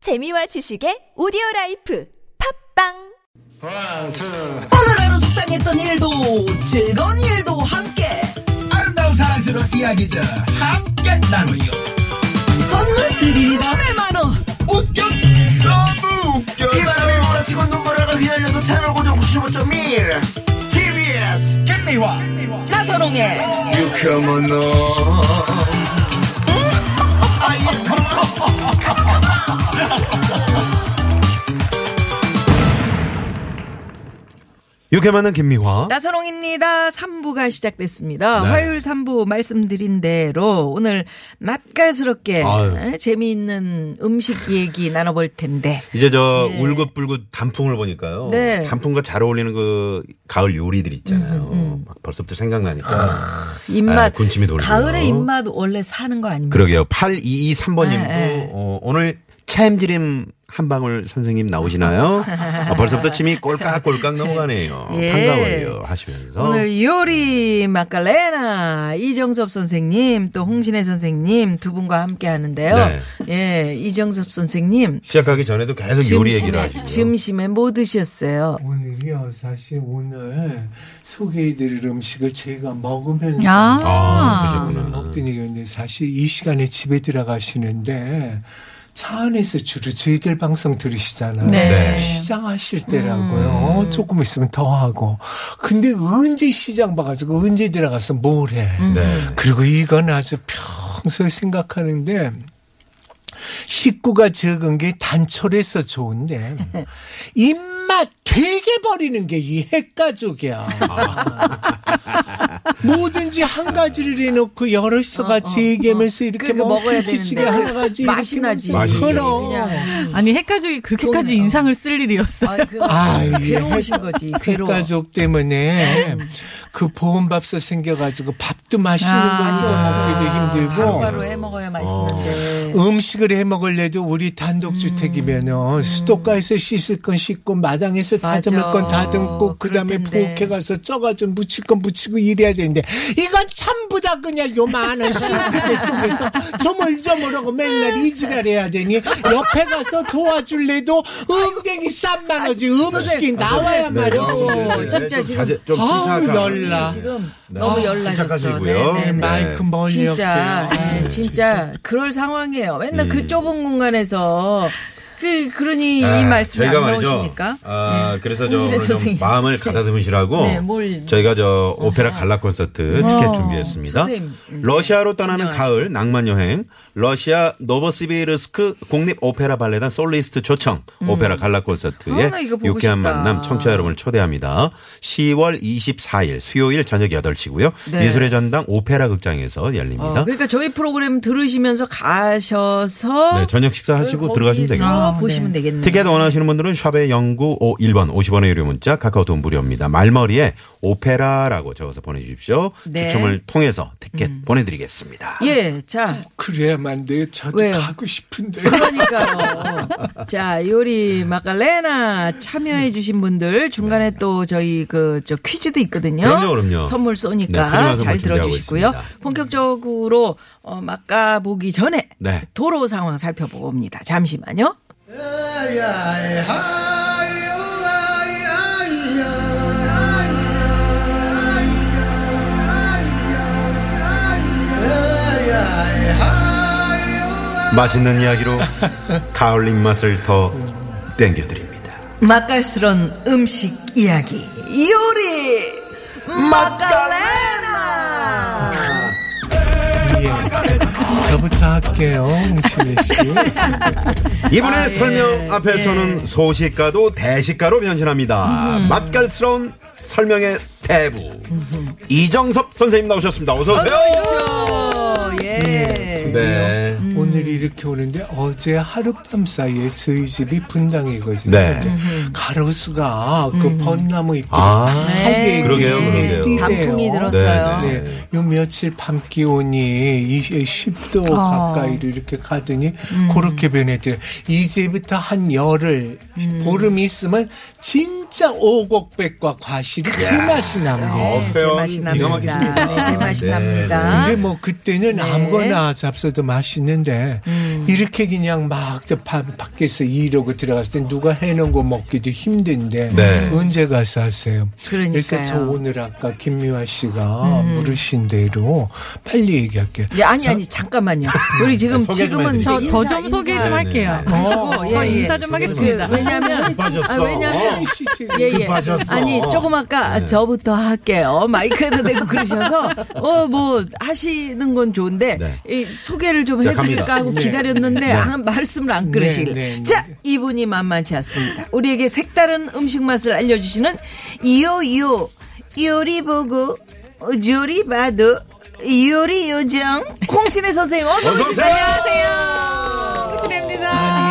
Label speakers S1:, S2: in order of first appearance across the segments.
S1: 재미와 지식의 오디오 라이프 팝빵
S2: One, two.
S3: 오늘 하루 속상했던 일도 즐거운 일도 함께
S4: 아름다운 사랑스러운 이야기들 함께 나누요
S3: 선물 드립니다 100만원
S4: 웃겨 너무 웃겨 비바람이 몰아치고 눈물을 휘날려도 채널 고정 95.1 TBS 김미화
S3: 나선홍의
S4: 유쾌한 너
S5: 이렇게 만난 김미화.
S3: 네. 나선홍입니다 3부가 시작됐습니다
S5: 네.
S3: 화요일 3부 말씀드린 대로 오늘 맛깔스럽게
S5: 아유.
S3: 에, 재미있는 음식 얘기 나눠볼 텐데
S5: 이제 저 울긋불긋 단풍을 보니까요.
S3: 예. 네.
S5: 단풍과 잘 어울리는 그 가을 요리들
S3: 음,
S5: 있잖아요. 막 벌써부터 생각나니까. 아,
S3: 입맛
S5: 군침이 돌고요.
S3: 가을의 입맛 원래 사는 거 아닙니까
S5: 그러게요. 8223번님도
S3: 네, 네.
S5: 어, 오늘 챔지림 한 방울 선생님 나오시나요? 아, 벌써부터 침이 꼴깍꼴깍 넘어가네요.
S3: 예.
S5: 반가워요 하시면서.
S3: 오늘 요리 마카레나 이정섭 선생님 또 홍신혜 선생님 두 분과 함께 하는데요.
S5: 네.
S3: 예, 이정섭 선생님
S5: 시작하기 전에도 계속 요리 얘기를 하시고요.
S3: 점심에 뭐 드셨어요?
S6: 오늘이요 사실 오늘 소개해드릴 음식을 제가 먹으면서
S5: 아,
S6: 오늘 먹던 얘기였는데 사실 이 시간에 집에 들어가시는데 차 안에서 주로 저희들 방송 들으시잖아요.
S5: 네.
S6: 시장하실 때라고요. 어, 조금 있으면 더 하고. 근데 언제 시장 봐가지고 언제 들어가서 뭘 해.
S5: 네.
S6: 그리고 이건 아주 평소에 생각하는데 식구가 적은 게 단촐해서 좋은데 입맛 되게 버리는 게 이 핵가족이야.
S3: 아.
S6: 뭐든지 한 가지를 해놓고 여럿이서 같이 얘기하면서 이렇게
S3: 어, 그러니까
S6: 뭐
S3: 먹어야
S6: 김치찌개
S3: 되는데.
S6: 하나 가지
S3: 맛이
S6: 이렇게
S3: 나지.
S6: 먹으면서
S5: 맛이죠.
S6: 그럼.
S7: 아니 핵가족이 그렇게까지 인상을 쓸 일이었어.
S3: 아, 그
S6: 아, 이게
S3: 괴로우신 거지.
S5: 아,
S3: 괴로워. 음.
S6: 핵가족 때문에 그 보험밥솥 생겨가지고 밥도 맛있는
S7: 아,
S6: 거먹기도 힘들고
S3: 바로바로 해 먹어야 맛있는데.
S6: 음식을 해 먹을래도 우리 단독주택이면은 수도가에서 씻을 건 씻고 마당에서
S3: 음. 맞아.
S6: 다듬을 건 다듬고 그 다음에
S3: 그럴 텐데.
S6: 부엌에 가서 쪄가지고 묻힐 건 묻히고 이래야 되는데 이건 전부 다 그냥 요만한 싱크대 속에서 조물조물하고 맨날 이지랄 해야 되니 옆에 가서 도와줄래도 은댕이 싼
S3: 아,
S6: 만하지 음식이 나와야
S5: 네,
S6: 말이야.
S5: 네,
S3: 진짜
S5: 좀
S3: 지금-
S5: 자제- 좀
S6: 아우,
S5: 침착하게.
S6: 열나.
S3: 지금
S5: 네.
S3: 너무
S5: 아,
S3: 열나셨어.
S5: 침착하시고요.
S3: 네, 네, 네.
S6: 마이크
S5: 어.
S6: 멀리 없게.
S3: 진짜, 예,
S5: 네,
S6: 아유,
S3: 진짜 그럴 상황이에요. 맨날 그 좁은 공간에서 그 그러니 이
S5: 음. 아,
S3: 말씀이 안
S5: 저희가 말이죠.
S3: 나오십니까?
S5: 아,
S3: 네.
S5: 그래서 저
S3: 홍실의
S5: 오늘 좀
S3: 선생님.
S5: 마음을 가다듬으시라고
S3: 네, 뭘.
S5: 저희가 저 오페라 갈라 콘서트
S3: 어,
S5: 티켓 준비했습니다.
S3: 선생님. 네.
S5: 러시아로 떠나는
S3: 진정하시고.
S5: 가을 낭만 여행 러시아 노보시비르스크 국립 오페라 발레단 솔리스트 초청 오페라 갈라 콘서트에
S3: 음. 아, 나 이거 보고
S5: 유쾌한
S3: 싶다.
S5: 만남 청취자 여러분을 초대합니다. 10월 24일 수요일 저녁 8시고요.
S3: 네.
S5: 예술의 전당 오페라 극장에서 열립니다.
S3: 어, 그러니까 저희 프로그램 들으시면서 가셔서
S5: 네, 저녁 식사하시고 들어가시면
S3: 거기서 아,
S5: 되겠네요.
S3: 보시면 되겠네요.
S5: 티켓 원하시는 분들은 샵의 0951번 50원의 유료 문자 카카오톡 무료입니다. 말머리에 오페라라고 적어서 보내주십시오.
S3: 네. 음.
S5: 추첨을 통해서 티켓 보내드리겠습니다.
S3: 예, 자
S6: 그래야만 돼요. 저도
S3: 왜요?
S6: 가고 싶은데.
S3: 그러니까요. 자, 요리 마카레나 참여해주신 분들 중간에 또 저희 그 저 퀴즈도 있거든요.
S5: 네. 그럼요, 그럼요.
S3: 선물
S5: 네, 푸짐한
S3: 쏘니까
S5: 선물 준비하고
S3: 잘 들어주시고요.
S5: 있습니다.
S3: 본격적으로 어, 막가 보기 전에
S5: 네.
S3: 도로 상황 살펴봅니다. 잠시만요.
S5: 맛있는 이야기로 가을 입맛을 더 땡겨드립니다.
S3: 맛깔스런 음식 이야기 요리 마카레나.
S6: 예. 저부터 할게요, 홍신혜 씨.
S5: 이분의
S3: 아, 예.
S5: 설명 앞에서는 소식가도 대식가로 변신합니다. 맛깔스러운 설명의 대부 이정섭 선생님 나오셨습니다. 어서 오세요.
S3: 어,
S5: 음.
S3: 예.
S5: 네.
S6: 오늘 이렇게 오는데 어제 하룻밤 사이에 저희 집이 분당이거든요.
S5: 네.
S6: 근데 가로수가 그 벚나무 잎들이
S5: 아,
S6: 빨개
S5: 그러게요,
S6: 이렇게
S5: 그러게요.
S6: 띠대요.
S3: 음. 네. 단풍이 들었어요.
S5: 네,
S6: 네. 요 며칠 밤 기온이 10도
S3: 어.
S6: 가까이로 이렇게 가더니
S3: 음. 음.
S6: 그렇게 변했대요. 이제부터 한 열흘 보름 있으면 진 진짜 오곡백과 과실이 제맛이 납니다.
S5: 어,
S3: 제
S5: 표현
S3: 맛이
S5: 기가
S3: 납니다.
S5: 막히십니다.
S3: 네, 제 맛이
S5: 네,
S3: 납니다.
S6: 근데 뭐 그때는
S3: 네. 음.
S6: 아무거나 잡숴도 맛있는데 이렇게 그냥 막 저 밖에서 이러고 들어갔을 때 누가 해놓은 거 먹기도 힘든데
S5: 네.
S6: 언제 가서 하세요?
S3: 그러니까요. 음.
S6: 래서저 오늘 아까 김미화 씨가 물으신 대로 빨리 얘기할게요.
S3: 예, 아니 아니 잠깐만요. 우리 지금
S5: 소개 좀
S3: 지금은
S5: 해드리죠.
S3: 인사,
S7: 저 좀 소개
S3: 인사.
S7: 좀 할게요.
S5: 네,
S3: 하시고,
S7: 저
S3: 예, 예.
S7: 인사 좀 하겠습니다.
S3: 그, 왜냐면 아,
S5: 빠졌어.
S3: 왜냐면
S6: 어. 씨 지금
S3: 예예.
S5: 급하셨어. 네.
S3: 아니 조금 아까 저부터 할게요. 마이크에도 대고 그러셔서 어 뭐 하시는 건 좋은데
S5: 네.
S3: 이 소개를 좀
S5: 자,
S3: 해드릴까
S5: 갑니다.
S3: 하고
S6: 네.
S3: 기다렸는데 아, 말씀을 안 그러시길.
S6: 네, 네, 네.
S3: 자 이분이 만만치 않습니다. 우리에게 색다른 음식 맛을 알려주시는 이요이요 요리 보고 요리 봐도 요리 요정 홍신혜 선생님 어서
S5: 어서
S3: 오십시오.
S5: 오세요.
S3: 네,
S7: 시대입니다.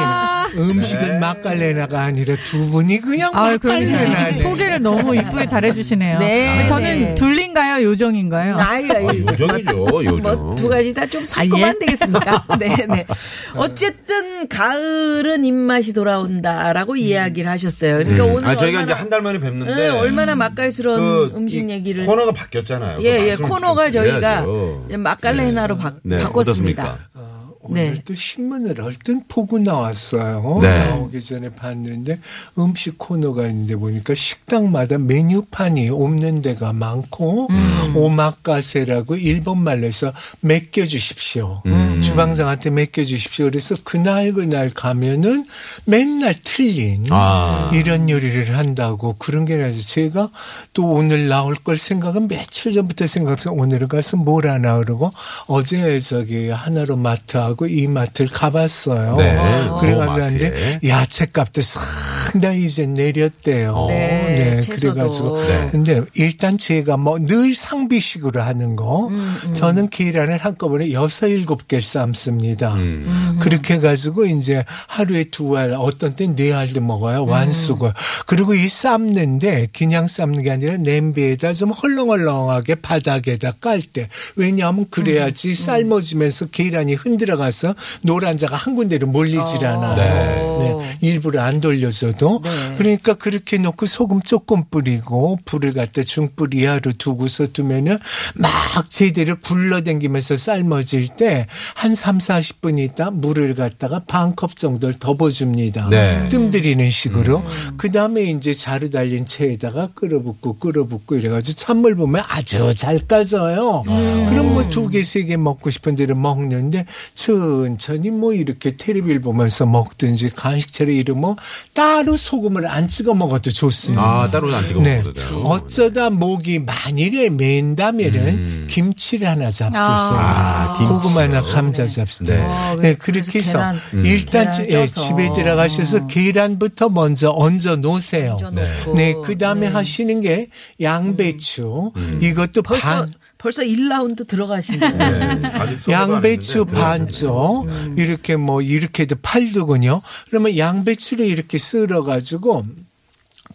S6: 음식은
S5: 네.
S6: 막갈레나가 아니라 두 분이 그냥
S7: 아, 그러니까
S6: 막갈레나네.
S7: 소개를 너무 이쁘게 잘해주시네요.
S3: 네.
S7: 저는 둘린가요, 요정인가요?
S3: 아이,
S5: 아,
S3: 아이.
S5: 요정이죠,
S3: 뭐
S5: 요정.
S3: 두 가지 다 좀 섞으면
S7: 아, 예?
S3: 안 되겠습니까? 네네. 어쨌든 가을은 입맛이 돌아온다라고 이야기를 하셨어요. 그러니까 오늘
S5: 아, 저희가
S3: 얼마나,
S5: 이제 한 달 만에 뵙는데.
S3: 네, 얼마나 맛깔스러운
S5: 그
S3: 음식
S5: 이
S3: 얘기를
S5: 코너가 바뀌었잖아요. 그
S3: 예예
S5: 말씀을
S3: 코너가
S5: 좀
S3: 저희가
S5: 드려야죠.
S3: 막갈레나로 바,
S5: 네,
S3: 꿨습니
S5: 어떻습니까?
S3: 다
S6: 오늘
S3: 네.
S6: 또 신문을 얼른 보고 나왔어요.
S5: 네.
S6: 나오기 전에 봤는데 음식 코너가 있는데 보니까 식당마다 메뉴판이 없는 데가 많고
S5: 음.
S6: 오마카세라고 일본 말로 해서 맡겨 주십시오.
S5: 음.
S6: 주방장한테 맡겨 주십시오. 그래서 그날 그날 가면은 맨날 틀린
S5: 아.
S6: 이런 요리를 한다고 그런 게 아니라 제가 또 오늘 나올 걸 생각은 며칠 전부터 생각해서 오늘은 가서 뭘 하나 그러고 어제 저기 하나로 마트하고 이 마트를 가봤어요.
S5: 네. 오,
S6: 그래가지고
S5: 마트에.
S6: 는데 야채값도 상당히 이제 내렸대요.
S3: 네, 채소도.
S6: 그래가지고
S5: 네.
S6: 근데 일단 제가 뭐 늘 상비식으로 하는 거 저는 계란을 한꺼번에 여섯 일곱 개 삶습니다. 음. 그렇게 해가지고 이제 하루에 두 알, 어떤 땐 네 알도 먹어요. 완수고. 그리고 이 삶는데 그냥 삶는 게 아니라 냄비에다 좀 헐렁헐렁하게 바닥에다 깔 때. 왜냐하면 그래야지 삶아지면서 계란이 흔들어가서 노란자가 한 군데로 몰리질 않아요.
S3: 네.
S6: 네. 일부러 안 돌려줘도 그러니까 그렇게 놓고 소금 조금 뿌리고 불을 갖다 중불 이하로 두고서 두면은 막 제대로 굴러댕기면서 삶아질 때 한 3, 40분 있다 물을 갖다가 반 컵 정도를 덮어줍니다.
S5: 네.
S6: 뜸들이는 식으로 그다음에 이제 자루 달린 채에다가 끓여붓고 끓여붓고 이래가지고 찬물 보면 아주 잘 까져요.
S5: 음.
S6: 그럼 뭐 두 개 세 개 먹고 싶은 대로 먹는데 천천히 뭐 이렇게 테레비를 보면서 먹든지 간식처럼 이러면 따로 소금을 안 찍어 먹어도 좋습니다.
S3: 음.
S5: 아, 따로 안 찍어
S6: 네.
S5: 먹어도 돼요.
S6: 어쩌다 목이 만일에 맨다면은 김치를 하나 잡수세요.
S5: 음. 아, 김치요?
S6: 고구마나 감자 잡수세요.
S3: 네.
S6: 네.
S3: 네,
S6: 그렇게 해서
S3: 계란,
S5: 음.
S6: 일단
S3: 계란
S6: 예,
S3: 쪄서. 아.
S6: 집에 들어가셔서 계란부터 먼저 얹어 놓으세요.
S3: 얹어 놓고.
S6: 네, 그 다음에 하시는 게 양배추.
S5: 음.
S6: 이것도
S3: 벌써
S6: 반
S3: 벌써 1라운드 들어가신 거예요.
S5: 네. 아직 소개가 안
S6: 양배추
S5: 했는데. 네. 음.
S6: 반쪽 이렇게 뭐 이렇게도 팔더군요. 그러면 양배추를 이렇게 썰어 가지고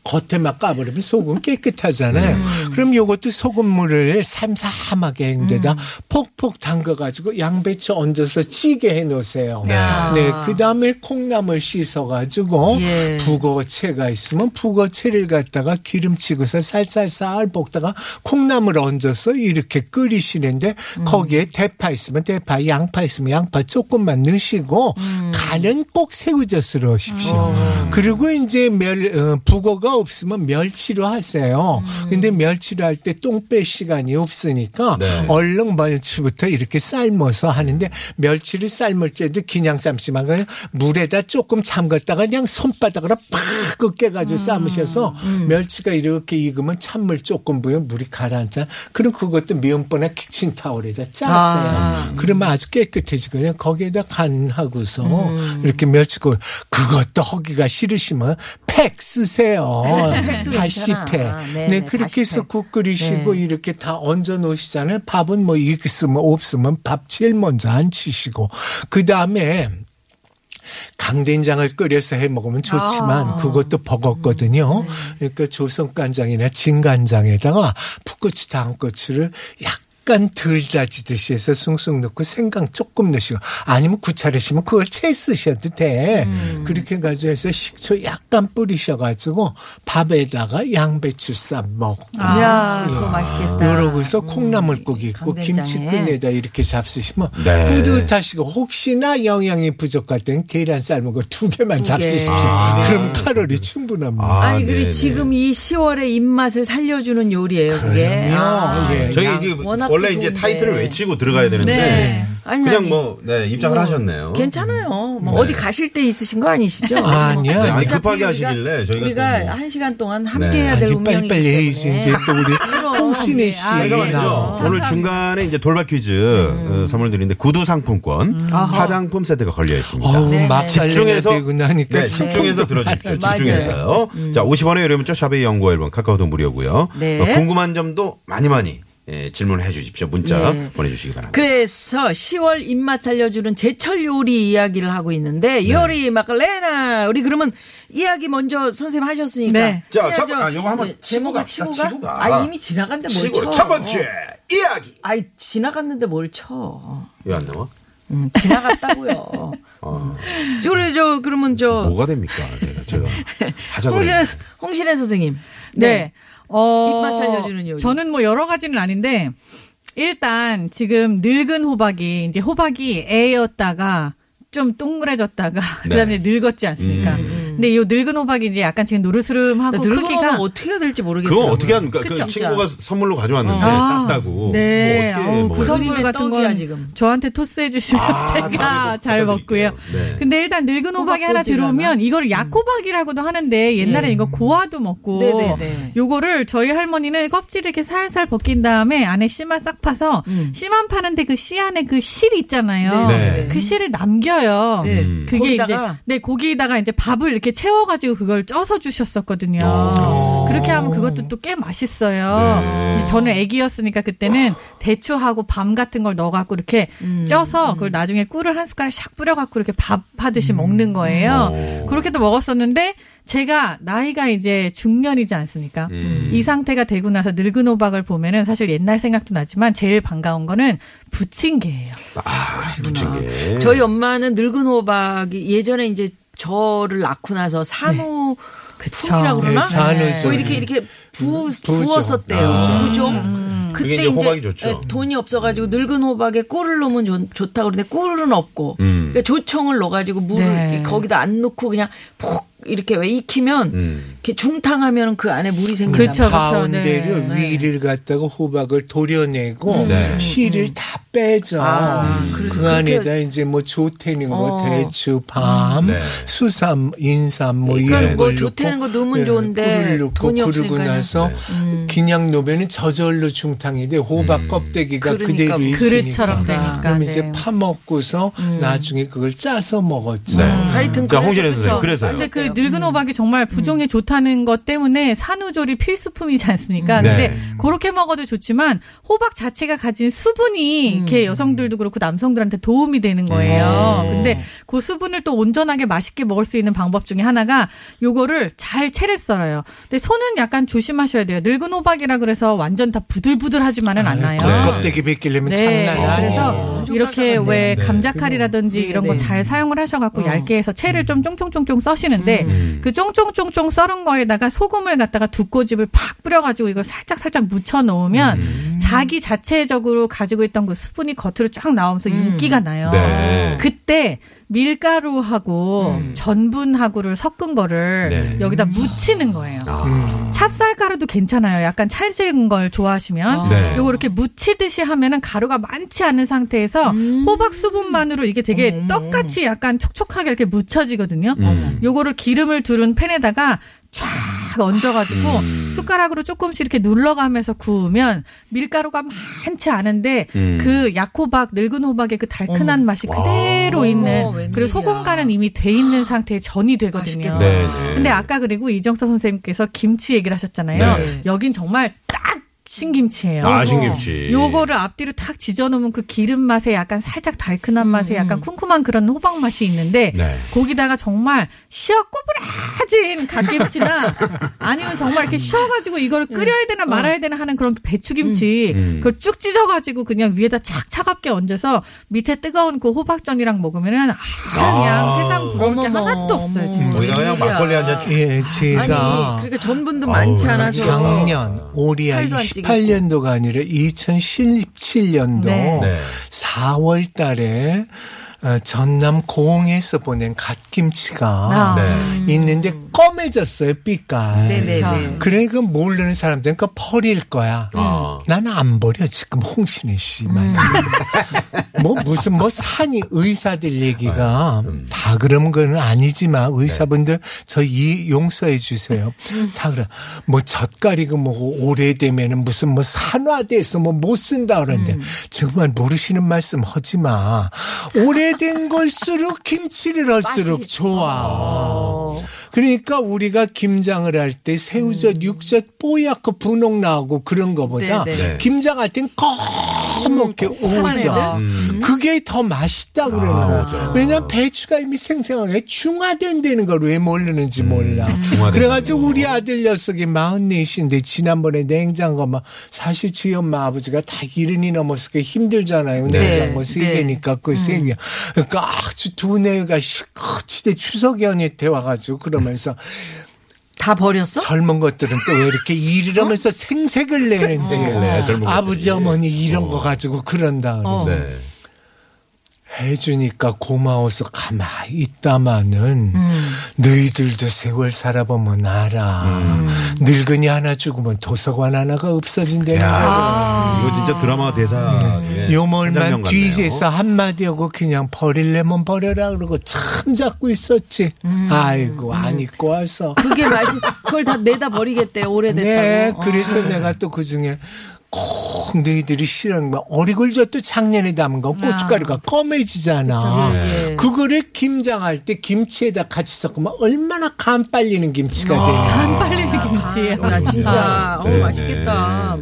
S6: 겉에만 까버리면 소금 깨끗하잖아요.
S5: 음.
S6: 그럼 요것도 소금물을 삼삼하게
S5: 음.
S6: 했는데다 폭폭 담가가지고 양배추 얹어서 찌게 해놓으세요.
S5: 아.
S3: 야.
S6: 네, 그 다음에 콩나물 씻어가지고
S3: 예.
S6: 북어채가 있으면 북어채를 갖다가 기름치고서 살살살 볶다가 콩나물 얹어서 이렇게 끓이시는데 거기에 대파 있으면 대파, 양파 있으면 양파 조금만 넣으시고 간은 꼭 새우젓으로 하십시오. 그리고 이제 멸 어, 북어가 없으면 멸치로 하세요. 근데 멸치로 할 때 똥 뺄 시간이 없으니까
S5: 네.
S6: 얼른 멸치부터 이렇게 삶아서 하는데 멸치를 삶을 때도 그냥 삶지만 그냥 물에다 조금 잠갔다가 그냥 손바닥으로 팍 으깨가지고 삶으셔서
S3: 음,
S6: 멸치가 이렇게 익으면 찬물 조금 부으면 물이 가라앉아. 그럼 그것도 미온보나 키친타올에다 짜세요.
S3: 아.
S6: 그러면 아주 깨끗해지고요. 거기에다 간하고서
S3: 음.
S6: 이렇게 멸치고 그것도 허기가 싫으시면 팩 쓰세요.
S3: 그렇죠. 팩도
S6: 다시
S3: 괜찮아.
S6: 팩.
S3: 네,
S6: 네,
S3: 네, 다시 네.
S6: 그렇게 해서
S3: 팩.
S6: 국 끓이시고 이렇게 다 얹어 놓으시잖아요. 밥은 뭐 있으면 없으면 밥 제일 먼저 안 치시고 그 다음에 강된장을 끓여서 해 먹으면 좋지만 그것도 버겁거든요. 그러니까 조선간장이나 진간장에다가 풋고추, 당고추를 약 약간 덜 다지듯이 해서 숭숭 넣고 생강 조금 넣으시고 아니면 구차르시면 그걸 채 쓰셔도 돼. 그렇게 가지고 해서 식초 약간 뿌리셔가지고 밥에다가 양배추 쌈 먹고
S3: 야, 그거 맛있겠다.
S6: 요러고서 콩나물고기 있고
S3: 간장에.
S6: 김치끈에다 이렇게 잡수시면
S5: 네.
S6: 뿌듯하시고 혹시나 영양이 부족할 땐 계란 삶은 거 두 개만 잡수십시오. 그럼 칼로리 충분합니다.
S5: 아,
S3: 아니, 그리
S5: 네네.
S3: 지금 이 10월의 입맛을 살려주는 요리예요, 그게.
S6: 그럼요.
S3: 아,
S6: 예.
S5: 네, 저희
S3: 양-
S5: 이게
S3: 워낙
S5: 원래 이제
S3: 좋은데.
S5: 타이틀을 외치고 들어가야 되는데
S7: 네.
S3: 아니,
S5: 그냥
S3: 아니.
S5: 뭐 네, 입장을
S3: 뭐,
S5: 하셨네요.
S3: 괜찮아요. 뭐 어디 가실 때 있으신 거 아니시죠?
S6: 아니야.
S5: 네, 아니,
S3: 어차피
S5: 급하게
S3: 우리가-
S5: 하시길래 저희가
S3: 우리가
S5: 또 뭐.
S3: 한 시간 동안 함께
S5: 네.
S3: 해야 될
S6: 아니
S3: 운명이기
S6: 빨리빨리
S3: 때문에.
S6: 해야지 이제 또 우리 홍신혜 씨.
S7: 아,
S5: 제가
S7: 이거
S5: 말이죠.
S7: 나.
S5: 오늘 중간에 이제 돌발 퀴즈 어, 선물 드리는데 구두 상품권,
S3: 음.
S5: 화장품 세트가 걸려 있습니다.
S6: 어우 막
S7: 아,
S5: 집중해서
S6: 집중해서 되고 나니까
S5: 네, 집중해서 들어주십시오.
S7: 맞아요. 음.
S5: 집중해서요. 자, 50원의 유료 문자 샵의 연구 앨범 카카오톡 무료고요.
S3: 네.
S5: 어, 궁금한 점도 많이 많이 예, 질문해 주십시오. 문자
S7: 네.
S3: 예.
S5: 보내주시기 바랍니다.
S3: 그래서 10월 입맛 살려주는 제철 요리 이야기를 하고 있는데
S5: 네.
S3: 요리 마카레나 우리 그러면 이야기 먼저 선생님 하셨으니까
S7: 네.
S5: 자,
S3: 해야죠.
S5: 첫 번- 아, 요거 한번
S3: 네,
S5: 치고
S3: 제목을
S5: 갑시다,
S3: 치고 가?
S5: 치고 가.
S3: 아 이미 지나갔는데 뭘
S5: 시골
S3: 쳐?
S5: 첫 번째
S3: 어.
S5: 이야기.
S3: 아이 지나갔는데 뭘 쳐?
S5: 왜 안 나와?
S3: 음, 지나갔다고요.
S5: 어,
S3: 저래 저 그러면 저
S5: 뭐가 됩니까? 제가, 제가 하자고.
S3: 홍신혜
S5: 그랬는데.
S3: 홍신혜 선생님.
S7: 네. 어,
S3: 입맛 살려주는 요리.
S7: 저는 뭐 여러 가지는 아닌데 일단 지금 늙은 호박이 이제 호박이 애였다가 좀 동그래졌다가
S5: 네.
S7: 그다음에 늙었지 않습니까?
S5: 음.
S7: 근데 이 늙은 호박이 이제 약간 지금
S3: 나
S7: 노르스름하고
S3: 늙은 뭐
S7: 크기가
S3: 거 어떻게 해야 될지 모르겠어요.
S5: 그건 어떻게 합니까? 그
S3: 그쵸?
S5: 친구가 선물로 가져왔는데
S7: 아,
S5: 땄다고.
S7: 네.
S5: 뭐
S7: 어우,
S5: 어떻게
S7: 그
S5: 먹어요?
S7: 선물
S3: 그림의
S7: 같은
S3: 떡이야,
S7: 건
S3: 지금.
S7: 저한테 토스해 주시면
S5: 아,
S7: 제가
S5: 나도
S7: 잘 먹고요.
S5: 네.
S7: 근데 일단 늙은 호박이
S3: 호박 꽂으려나?
S7: 하나 들어오면 이걸 약호박이라고도 하는데 옛날에 이거 고아도 먹고
S5: 음.
S3: 네네네.
S7: 요거를 저희 할머니는 껍질을 이렇게 살살 벗긴 다음에 안에 씨만 싹 파서 씨만 파는데 그 씨 안에 그 실 있잖아요.
S5: 네.
S7: 그 씨를 남겨요.
S3: 네.
S5: 음.
S7: 그게
S3: 거기다가?
S7: 이제 네 고기에다가 이제 밥을 이렇게 채워가지고 그걸 쪄서 주셨었거든요.
S5: 오.
S7: 그렇게 하면 그것도 또 꽤 맛있어요.
S5: 어. 네.
S7: 이제 저는 애기였으니까 그때는 대추하고 밤 같은 걸 넣어갖고 이렇게
S3: 음.
S7: 쪄서 그걸 나중에 꿀을 한 숟가락 샥 뿌려갖고 이렇게 밥
S5: 음.
S7: 하듯이 먹는 거예요.
S5: 오.
S7: 그렇게도 먹었었는데 제가 나이가 이제 중년이지 않습니까?
S5: 음.
S7: 이 상태가 되고 나서 늙은 호박을 보면은 사실 옛날 생각도 나지만 제일 반가운 거는 부침개예요.
S5: 아, 붙인 게.
S3: 저희 엄마는 늙은 호박이 예전에 이제 저를 낳고 나서 산후 품이라고 그러나?
S6: 네, 산후죠.
S3: 뭐 이렇게 이렇게 부,
S6: 부종.
S3: 부었었대요.
S5: 아.
S3: 부종. 음.
S5: 그게 이제 호박이 좋죠.
S3: 예, 돈이 없어가지고 늙은 호박에 꿀을 넣으면 좋, 좋다 그러는데 꿀은 없고
S5: 음.
S3: 그러니까 조청을 넣어가지고 물을
S7: 네.
S3: 거기다 안 넣고 그냥 푹 이렇게 왜 익히면
S5: 음.
S3: 이렇게 중탕하면 그 안에 물이 생긴다.
S7: 그쵸.
S6: 가운데를
S7: 네.
S6: 위를 갖다가 호박을 도려내고
S5: 네.
S6: 실을 다 빼죠.
S3: 음. 아,
S6: 그
S3: 그래서
S6: 안에다
S3: 그렇게-
S6: 이제 뭐 조태는 거,
S3: 어.
S6: 대추, 밤,
S5: 네.
S6: 수삼, 인삼 뭐
S3: 그러니까
S6: 이런
S3: 뭐
S6: 걸
S3: 조태는
S6: 넣고,
S3: 거 넣으면
S6: 예,
S3: 좋은데
S6: 꿀을 넣고
S3: 돈이
S6: 그러고
S3: 없으니까요.
S5: 네.
S3: 음.
S6: 나서 그냥 놓으면 저절로 중탕이 돼 호박
S5: 음.
S6: 껍데기가
S3: 그러니까
S6: 그대로 있으니까
S7: 그릇처럼 되니까.
S6: 그럼
S7: 네.
S6: 이제 파 먹고서
S3: 음.
S6: 나중에 그걸 짜서 먹었죠.
S5: 네.
S3: 하여튼
S5: 자,
S3: 그래서
S5: 홍신혜 선생님.
S3: 그쵸.
S5: 그래서요. 음.
S7: 근데 음. 그 늙은 호박이 정말 부종에 좋다는 것 때문에 산후조리 필수품이지 않습니까?
S5: 음.
S7: 근데
S5: 네.
S7: 그렇게 먹어도 좋지만 호박 자체가 가진
S5: 음.
S7: 수분이 이렇게 여성들도 그렇고 남성들한테 도움이 되는 거예요.
S5: 네.
S7: 근데 그 수분을 또 온전하게 맛있게 먹을 수 있는 방법 중에 하나가 요거를 잘 채를 썰어요. 근데 손은 약간 조심하셔야 돼요. 늙은 호박이라 그래서 완전 다 부들부들하지만은 않아요.
S5: 네.
S6: 껍데기 벗기려면
S7: 네,
S6: 장난 아니야.
S7: 그래서 이렇게 왜 감자칼이라든지 이런 거 잘 사용을 하셔갖고 얇게 해서 채를 좀 쫑쫑쫑쫑 써시는데 그 쫑쫑쫑쫑 썰은 거에다가 소금을 갖다가 두 꼬집을 팍 뿌려가지고 이걸 살짝 살짝 묻혀 놓으면 자기 자체적으로 가지고 있던 그 수분이 겉으로 쫙 나오면서 윤기가 나요.
S5: 네.
S7: 그때 밀가루하고 전분하고를 섞은 거를
S5: 네.
S7: 여기다 묻히는 거예요.
S5: 아,
S7: 찹쌀가루도 괜찮아요. 약간 찰진 걸 좋아하시면
S5: 네.
S7: 요거 이렇게 묻히듯이 하면은 가루가 많지 않은 상태에서
S3: 음.
S7: 호박 수분만으로 이게 되게
S3: 어.
S7: 떡같이 약간 촉촉하게 이렇게 묻혀지거든요.
S5: 음.
S7: 요거를 기름을 두른 팬에다가 쫙 얹어가지고
S5: 음.
S7: 숟가락으로 조금씩 이렇게 눌러가면서 구우면 밀가루가 많지 않은데
S5: 음.
S7: 그 약호박 늙은 호박의 그 달큰한 맛이 그대로
S3: 어머,
S7: 있는
S3: 웬일이야.
S7: 그리고 소금간은 이미 돼 있는 상태의 전이 되거든요.
S3: 맛있겠다.
S5: 네, 네.
S7: 근데 아까 그리고 이정서 선생님께서 김치 얘기를 하셨잖아요.
S5: 네.
S7: 여긴 정말 딱 신김치예요.
S5: 아, 신김치.
S7: 요거를 앞뒤로 탁 지져놓으면 그 기름 맛에 약간 살짝 달큰한 맛에
S3: 음.
S7: 약간 쿰쿰한 그런 호박 맛이 있는데
S5: 네.
S7: 거기다가 정말 시어 꼬부라진 갓김치나 아니면 정말 이렇게 시어가지고 이걸 끓여야 되나
S3: 음.
S7: 말아야 되나 하는 그런 배추김치
S5: 음.
S7: 그걸 쭉 찢어가지고 그냥 위에다 착 차갑게 얹어서 밑에 뜨거운 그 호박전이랑 먹으면은 아, 그냥
S5: 아.
S7: 세상 부러울 게
S3: 어머머,
S7: 하나도 없어요 지금.
S5: 거기다 그냥 막걸리 한잔 쭉.
S6: 예,
S3: 아니
S6: 제가
S3: 그러니까 전분도
S5: 아우,
S3: 많지 않아서
S6: 작년 올해야
S3: 살도 안 찌겠고.
S6: 28년도가 아니라 2017년도
S7: 네.
S5: 네.
S6: 4월 달에 어, 전남 고흥에서 보낸 갓김치가
S7: 아.
S5: 네. 그렇죠.
S6: 있는데 검해졌어요, 빛깔.
S3: 네네네.
S6: 그러니까 모르는 사람들은 그 펄일 거야.
S5: 아.
S6: 나는 안 버려 지금 홍신혜 씨만.
S3: 음.
S6: 뭐 무슨 뭐 산이 의사들 얘기가 다 그런 건 아니지만
S3: 네.
S6: 의사분들 저 이 용서해 주세요. 다 그래. 뭐 젓갈이고 뭐고 오래되면은 무슨 뭐 산화돼서 뭐 못 쓴다 그러는데
S3: 음.
S6: 정말 모르시는 말씀 하지 마. 오래된 걸수록 김치를 할수록 좋아. 그러니까 우리가 김장을 할 때 새우젓, 육젓 뽀얗고 분홍 나오고 그런 거보다
S3: 네, 네.
S5: 네.
S6: 김장 할 땐 검게 오죠. 그게 더 맛있다 그러는
S5: 음. 아,
S6: 거야.
S5: 맞아.
S6: 왜냐면 배추가 이미 생생하게 중화된다는 걸 왜 모르는지 몰라.
S5: 음, 중화된다는
S6: 그래가지고
S5: 거.
S6: 우리 아들 녀석이 44인데 지난번에 냉장고 막 사실 저희 엄마 아버지가 다 기른이 넘었으니까 힘들잖아요. 냉장고 세
S3: 네.
S6: 개니까 그세 개. 그러니까 아주 두뇌가 시커치대 추석 연휴 때 와가지고 그러면서
S3: 다 버렸어?
S6: 젊은 것들은 또 왜 이렇게 일을 하면서 생색을 내는지.
S5: 어? 생색을 내요, 젊은
S6: 아버지
S5: 것들이.
S6: 어머니 이런
S5: 어.
S6: 거 가지고 그런다.
S7: 어.
S6: 그러고.
S5: 네.
S6: 해주니까 고마워서 가만히 있다마는
S5: 음.
S6: 너희들도 세월 살아보면 알아.
S5: 음.
S6: 늙은이 하나 죽으면 도서관 하나가 없어진다는
S5: 야,
S6: 거야.
S7: 아.
S5: 이거 진짜 드라마 대사 중에
S6: 요
S5: 한장면 같네요.
S6: 말만 뒤에서 한마디 하고 그냥 버릴래면 버려라 그러고 참 잡고 있었지.
S5: 음.
S6: 아이고 안 입고 와서.
S3: 그게 맛이 그걸 다 내다 버리겠대 오래됐다고.
S6: 네,
S3: 어.
S6: 그래서 내가 또 그 중에 꼭 너희들이 싫어하는 거 어리굴젓도 작년에 담은 거 고춧가루가 검해지잖아.
S3: 아. 그쵸, 예, 예.
S6: 그거를 김장할 때 김치에다 같이 섞으면 얼마나 간 빨리는 김치가 되냐.
S3: 아.
S7: 안 빨리는 김치예요.
S3: 나 진짜
S5: 네,
S3: 어, 맛있겠다.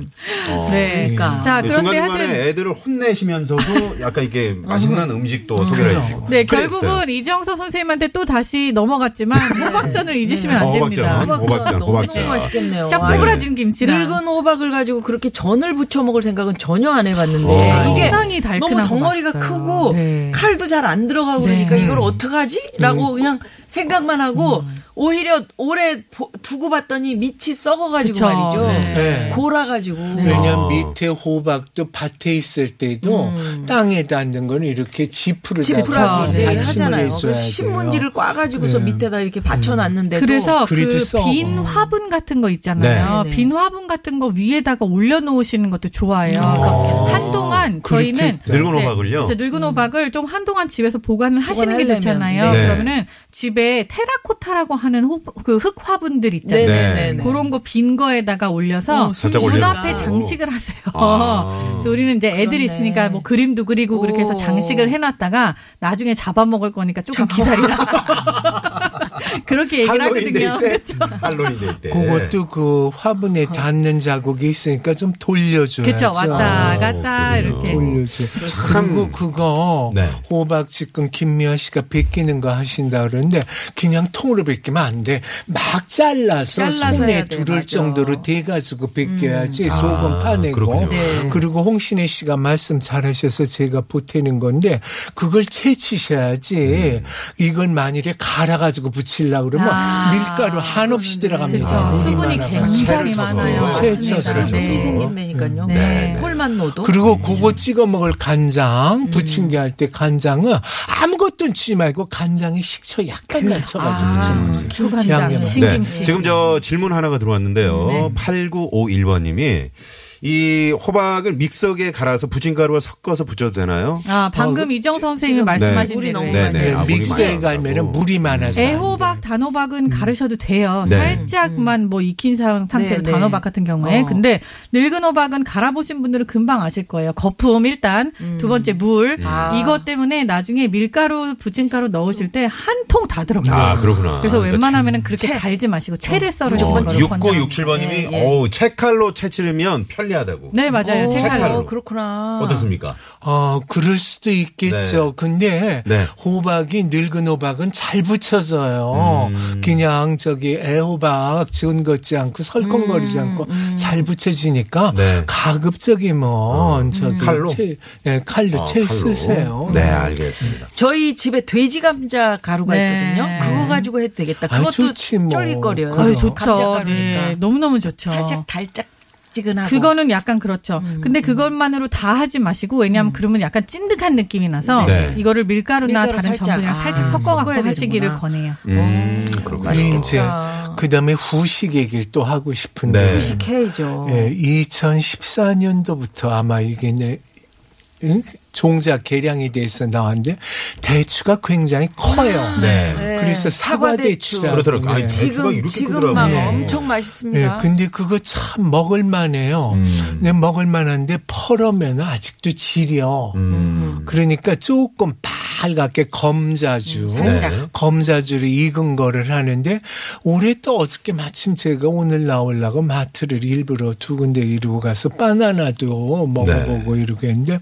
S5: 네.
S7: 네. 자,
S5: 네,
S7: 그런데
S5: 중간중간에
S7: 하여튼 어.
S5: 애들을 혼내시면서도 약간 이게 맛있는 음식도 소개를 해주시고.
S7: 네,
S5: 그랬어요.
S7: 결국은 이정서 선생님한테 또 다시 넘어갔지만 호박전을 잊으시면 안
S5: 어,
S7: 됩니다.
S5: 호박전. 호박전,
S3: 너무
S5: 호박전.
S3: 어, 맛있겠네요.
S7: 샥
S3: 아니,
S7: 꼬부라진 김치랑
S3: 늙은 호박을 가지고 그렇게 전을 부쳐 먹을 생각은 전혀 안 해봤는데
S5: 오.
S3: 네. 이게
S7: 상당히 네. 달큰한
S3: 너무 덩어리가
S7: 거 맛있어요.
S3: 크고
S7: 네.
S3: 칼도 잘 안 들어가고 그러니까 이걸 어떡하지라고 그냥 생각만 하고 오히려 오래 보- 두고 봤더니 밑이 썩어가지고
S7: 그쵸.
S3: 말이죠
S7: 네.
S6: 네.
S3: 골아가지고
S6: 왜냐면 밑에 호박도 밭에 있을 때도 땅에다 앉은 거는 이렇게 지푸를
S3: 음. 지푸라기
S7: 그렇죠.
S3: 네,
S7: 받침을
S3: 하잖아요. 그 신문지를 꽈가지고서 밑에다 이렇게 받쳐놨는데도
S7: 그래서
S6: 그래도
S7: 그
S6: 썩어.
S7: 빈 화분 같은 거 있잖아요.
S3: 네.
S7: 빈 화분 같은 거 위에다가 올려놓으시는 것도 좋아요. 그래서 한동안
S6: 그렇게
S7: 저희는 네.
S6: 있다.
S5: 늙은 호박을요?
S7: 이제 늙은 호박을 좀 한동안 집에서 보관을 하시는 게
S3: 보관하려면.
S7: 좋잖아요.
S5: 네.
S7: 그러면은 집에 테라코타라고 하는 호- 그 흙화분들 있잖아요.
S3: 네네네.
S7: 그런 거 빈 거에다가 올려서
S3: 어, 살짝
S7: 문
S5: 올려놓고.
S7: 앞에 장식을 하세요.
S5: 아.
S7: 그래서 우리는 이제 애들
S3: 그렇네.
S7: 이 있으니까 뭐 그림도 그리고 그렇게 해서
S3: 오.
S7: 장식을 해놨다가 나중에 잡아먹을 거니까 조금 기다리라. 그렇게 얘기를 하거든요. 그렇죠.
S5: 할로윈데이 때. 할로윈데이 때.
S6: 그것도 그
S3: 아.
S6: 화분에 닿는 자국이 있으니까 좀 돌려줘야죠.
S7: 그쵸 왔다 갔다
S5: 어, 그래요.
S7: 이렇게.
S6: 돌려줘. 그리고 그거
S5: 네.
S6: 호박 지금 김미아 씨가 벗기는 거 하신다 그러는데 그냥 통으로 벗기면 안 돼. 막 잘라서,
S3: 잘라서 해야
S6: 손에
S3: 돼,
S6: 두를
S3: 맞아.
S6: 정도로 돼가지고 벗겨야지
S5: 아,
S6: 소금 파내고.
S5: 그렇군요.
S3: 네.
S6: 그리고 홍신혜 씨가 말씀 잘하셔서 제가 보태는 건데 그걸
S5: 음.
S6: 채치셔야지 이걸 만일에 갈아가지고 붙이려고 그러면
S7: 아,
S6: 밀가루 한없이 들어갑니다.
S7: 그래서
S6: 물이
S7: 수분이
S6: 많아가지고.
S7: 굉장히
S5: 채를 쳐서.
S7: 많아요.
S6: 채를
S7: 맞습니다.
S6: 쳐서.
S3: 이
S7: 네.
S3: 생긴다니까요.
S7: 네.
S3: 꿀만 넣어도
S6: 그렇죠. 그리고 그거 찍어 먹을 간장 부침개 할 때 간장은 아무것도 넣지 말고 간장에 식초 약간만 쳐가지고
S7: 아,
S6: 찍어 먹으세요.
S7: 초간장,
S6: 양념.
S5: 네.
S7: 신김치.
S5: 지금 저 질문 하나가 들어왔는데요.
S7: 네.
S5: 8951번님이 이 호박을 믹서기에 갈아서 부침가루와 섞어서 부쳐도 되나요?
S7: 아 방금 이정 선생님이 말씀하신
S3: 물이
S7: 대로
S3: 너무
S7: 네.
S3: 많아요.
S5: 네, 아, 물이
S6: 믹서에
S5: 많이
S6: 갈면은
S5: 나가고.
S6: 물이 많아서
S3: 네.
S6: 안
S7: 애호박, 단호박은 가르셔도 돼요.
S5: 음. 네.
S7: 살짝만 뭐 익힌 상-
S3: 네,
S7: 상태로
S3: 네.
S7: 단호박 같은 경우에.
S3: 어.
S7: 근데 늙은 호박은 갈아보신 분들은 금방 아실 거예요. 거품 일단, 두 번째
S5: 예.
S7: 물.
S3: 음. 아.
S7: 이것 때문에 나중에 밀가루, 부침가루 넣으실 때 한 통 다 들어가요.
S5: 아, 그렇구나.
S7: 그래서
S5: 그러니까
S7: 웬만하면 그렇게 갈지 마시고 채를 썰어 주는
S5: 어,
S7: 걸 권장.
S5: 6967번님이 어우 채칼로 채치르면 편리하다. 편리하다고.
S7: 네, 맞아요.
S5: 오,
S7: 색깔로.
S5: 색깔로.
S3: 어, 그렇구나.
S5: 어떻습니까?
S6: 어, 그럴 수도 있겠죠.
S5: 네.
S6: 근데
S5: 네.
S6: 호박이 늙은 호박은 잘 붙여져요.
S5: 음.
S6: 그냥 저기 애호박 지은 것지 않고 설컹거리지 않고 잘 붙여지니까
S5: 네. 어.
S6: 가급적이면 저기
S5: 칼로?
S6: 채, 예, 칼로
S5: 아,
S6: 채
S5: 칼로.
S6: 쓰세요.
S5: 네, 알겠습니다.
S3: 저희 집에 돼지 감자 가루가
S7: 네.
S3: 있거든요. 그거 가지고 해도 되겠다.
S6: 아,
S3: 그것도
S6: 좋지 뭐.
S3: 쫄깃거려요.
S6: 아유,
S7: 좋죠.
S3: 감자 가루니까.
S7: 네, 너무너무 좋죠.
S3: 살짝 달짝지근하고. 음,
S7: 그거는 약간 그렇죠. 근데 그것만으로 다 하지 마시고 왜냐하면 그러면 약간 찐득한 느낌이 나서
S5: 네.
S7: 이거를 밀가루나
S3: 밀가루
S7: 다른
S3: 살짝,
S7: 전분이랑
S3: 아,
S7: 살짝 섞어갖고
S3: 섞어야
S7: 하시기를
S3: 되는구나.
S7: 권해요.
S5: 음,
S6: 아,
S5: 그렇군요.
S6: 이제 그 다음에 후식 얘기를 또 하고 싶은데
S5: 네.
S3: 식해야죠
S6: 예, 2014년도부터 아마 이게 내 응? 종자 계량에 대해서 나왔는데 대추가 굉장히 커요.
S5: 네.
S6: 그래서 사과
S3: 사과대추.
S6: 대추라고.
S5: 그렇더라고요. 아이,
S6: 네.
S5: 대추가
S3: 지금
S5: 이렇게
S3: 지금 막
S5: 크더라고요.
S3: 엄청
S6: 예,
S3: 맛있습니다.
S6: 근데 그거 참 먹을만해요.
S5: 음.
S6: 근데 먹을만한데 퍼러면 아직도 지려.
S5: 음.
S6: 그러니까 조금 빨갛게 검자주,
S3: 살짝. 네.
S6: 검자주를 익은 거를 하는데 올해 또 어저께 마침 제가 오늘 나오려고 마트를 일부러 두 군데 이루고 가서 바나나도 먹어보고 이러고 했는데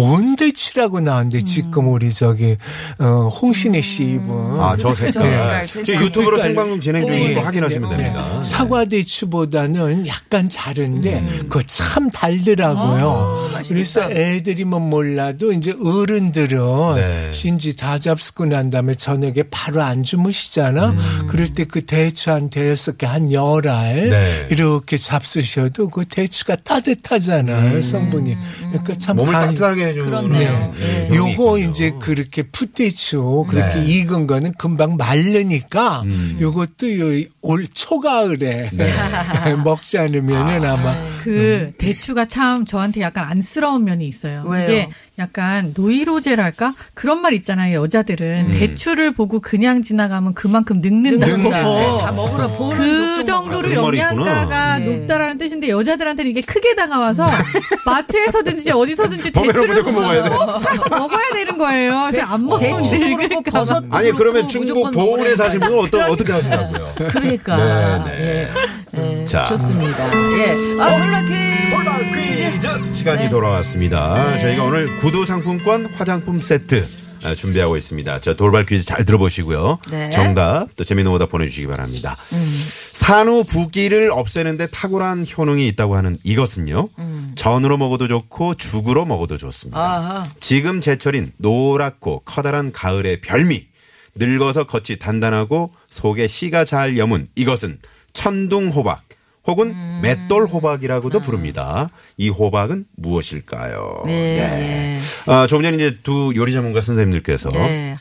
S6: 본대치라고 나왔는데 지금
S3: 음.
S6: 우리 저기 어, 홍신혜 씨 입은
S5: 아, 저
S3: 색깔,
S5: 색깔. 지금
S3: 색깔.
S5: 유튜브로
S6: 색깔.
S5: 생방송 진행 중인 거
S6: 예.
S5: 그러니까 확인하시면
S6: 네.
S5: 됩니다.
S6: 사과 대추보다는 약간 다른데
S5: 음.
S6: 그거 참 달더라고요.
S5: 아,
S6: 그래서 애들이 뭐 몰라도 이제 어른들은
S5: 네.
S6: 신지 다 잡수고 난 다음에 저녁에 바로 안 주무시잖아. 그럴 때 그 대추 한 대여섯 개 한 열알
S5: 음. 네.
S6: 이렇게 잡수셔도 그 대추가 따뜻하잖아요. 성분이. 그러니까 참
S5: 음. 몸을
S6: 다-
S5: 따뜻하게 해주는.
S3: 그렇네요. 네.
S5: 그런 게
S6: 요거
S5: 있군요.
S6: 이제 그렇게 풋대추 그렇게
S5: 네. 음.
S6: 익은 거는 금방 말르니까 요것도 요올 초가을에
S5: 네.
S6: 먹지 않으면은 아마
S7: 그 대추가 참 저한테 약간 안쓰러운 면이 있어요.
S3: 음. 왜요?
S7: 이게 약간 노이로제랄까 그런 말 있잖아요. 여자들은 대추를 보고 그냥 지나가면 그만큼 늙는다고.
S3: 음. 늙는다.
S7: 어.
S3: 다 먹으라 보는 뭐
S7: 그
S3: 독종
S7: 정도로
S5: 아, 그런 말이 있구나.
S7: 영양가가
S5: 네.
S7: 높다라는 뜻인데 여자들한테는 이게 크게 다가와서 마트에서든지 어디서든지
S5: 범에로
S7: 대추를
S5: 무조건 먹어야
S7: 보면
S5: 돼. 어.
S7: 꼭 사서 먹어야 되는 거예요. 근데 안
S3: 먹고
S7: 먹으면
S3: 대추도
S7: 늙을까
S3: 그렇고
S7: 봐.
S3: 어, 뭐 버섯도
S5: 아니, 그러면
S3: 그렇고
S5: 중국
S3: 어, 무조건
S5: 보훈에
S3: 먹으라니까요.
S5: 사신 분은 어떠, 어떻게 하시라고요?
S3: 그러니까.
S5: 네,
S3: 네,
S5: 네.
S3: 네.
S5: 자. 어?
S3: 좋습니다. 예. 아, 놀라 퀴즈.
S5: 돌발 퀴즈 음. 시간이 돌아왔습니다. 저희가 오늘 구두 상품권 화장품 세트 아, 준비하고 있습니다. 저 돌발 퀴즈 잘 들어보시고요.
S3: 네.
S5: 정답 또 재미있는 오답 보내주시기 바랍니다. 산후 부기를 없애는데 탁월한 효능이 있다고 하는 이것은요. 전으로 먹어도 좋고 죽으로 먹어도 좋습니다.
S3: 아하.
S5: 지금 제철인 노랗고 커다란 가을의 별미. 늙어서 겉이 단단하고 속에 씨가 잘 여문 이것은 천둥호박 혹은
S3: 음.
S5: 맷돌호박이라고도
S3: 아.
S5: 부릅니다. 이 호박은 무엇일까요?
S3: 네.
S5: 아, 조금 전에 이제 두 요리 전문가 선생님들께서
S3: 네.
S5: 어?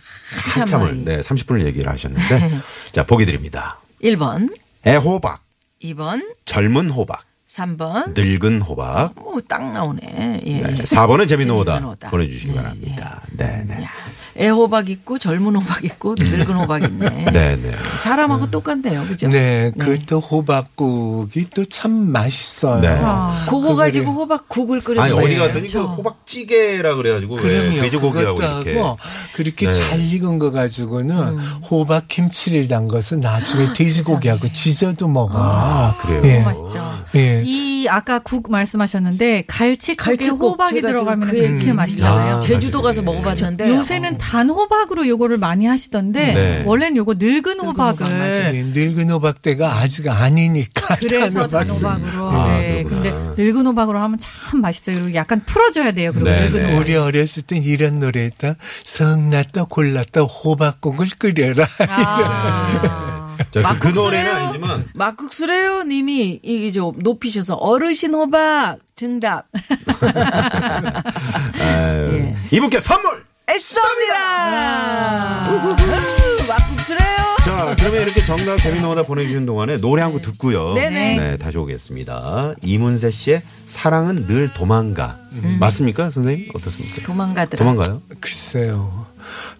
S5: 한참을
S3: 한참을.
S5: 네, 30분을 얘기를 하셨는데 자, 보기 드립니다.
S3: 1번,
S5: 애호박,
S3: 2번,
S5: 젊은 호박,
S3: 3번.
S5: 늙은 호박.
S3: 오, 딱 나오네. 예.
S5: 네, 4번은 재미있는
S3: 재밌는
S5: 오다
S3: 오답.
S5: 보내주시기
S3: 네,
S5: 바랍니다. 네, 네.
S3: 야, 애호박 있고 젊은 호박 있고 늙은 호박 있네.
S5: 네, 네.
S3: 사람하고 똑같네요, 그죠?
S5: 그렇죠.
S6: 네, 그 또 호박국이 또 참 맛있어요.
S5: 네.
S3: 그거
S7: 아.
S6: 그거를-
S3: 가지고 호박국을 끓여
S5: 아니
S3: 먹어요.
S5: 어디 갔더니 그 호박찌개라 그래가지고 왜
S6: 그럼요.
S5: 네, 돼지고기하고
S6: 그것도
S5: 이렇게
S6: 하고 그렇게
S5: 네.
S6: 잘 익은 거 가지고는
S7: 음.
S6: 호박 김치를 담가서 나중에 돼지고기하고 지져도 먹어. 아,
S5: 그래요.
S6: 예.
S7: 아, 맛있죠.
S6: 예.
S7: 이 아까 국 말씀하셨는데 갈치국에
S3: 갈치국
S7: 호박이
S3: 제가 지금
S7: 들어가면
S3: 그
S7: 그렇게
S3: 얘기
S7: 맛있잖아요. 그렇죠.
S5: 아,
S3: 제주도 가서
S5: 나중에.
S3: 먹어봤는데
S7: 요새는 단 호박으로 요거를 많이 하시던데
S5: 네.
S7: 원래는 요거 늙은
S3: 호박, 맞아요.
S7: 호박을
S6: 예, 늙은 호박 때가 아직 아니니까.
S7: 네. 그래서 단
S6: 단호박스.
S7: 호박으로
S5: 아,
S7: 네. 근데
S5: 그렇구나.
S7: 늙은 호박으로 하면 참 맛있어요. 그리고 약간 풀어줘야 돼요. 그리고
S5: 네,
S7: 늙은
S5: 네.
S7: 호박.
S6: 우리 어렸을 땐 이런 노래 했다. 성났다 골랐다 호박국을 끓여라.
S7: 아.
S5: 자, 그- 그 노래는
S3: 막국수래요.
S5: 아니지만
S3: 막국수래요 님이 이게 좀 높이셔서 어르신 호박 정답
S5: 아유. 예. 이분께 선물
S3: 애써입니다 아. 막국수래요
S5: 자 그러면 이렇게 정답 재미있는 오다 보내주신 동안에 노래 한 곡 듣고요
S3: 네네.
S5: 네, 다시 오겠습니다 이문세 씨의 사랑은 늘 도망가 맞습니까 선생님 어떻습니까
S3: 도망가더라
S5: 도망가요
S6: 글쎄요.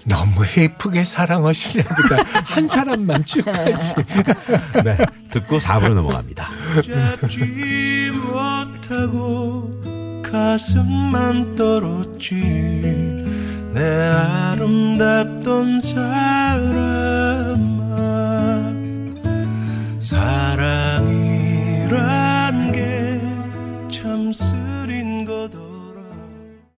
S6: 너무 헤프게 사랑하시나 보다. 한 사람만 쭉까지.
S5: 네 듣고 4부로 넘어갑니다
S8: 잡지 못하고 가슴만 떨었지 내 아름답던 사랑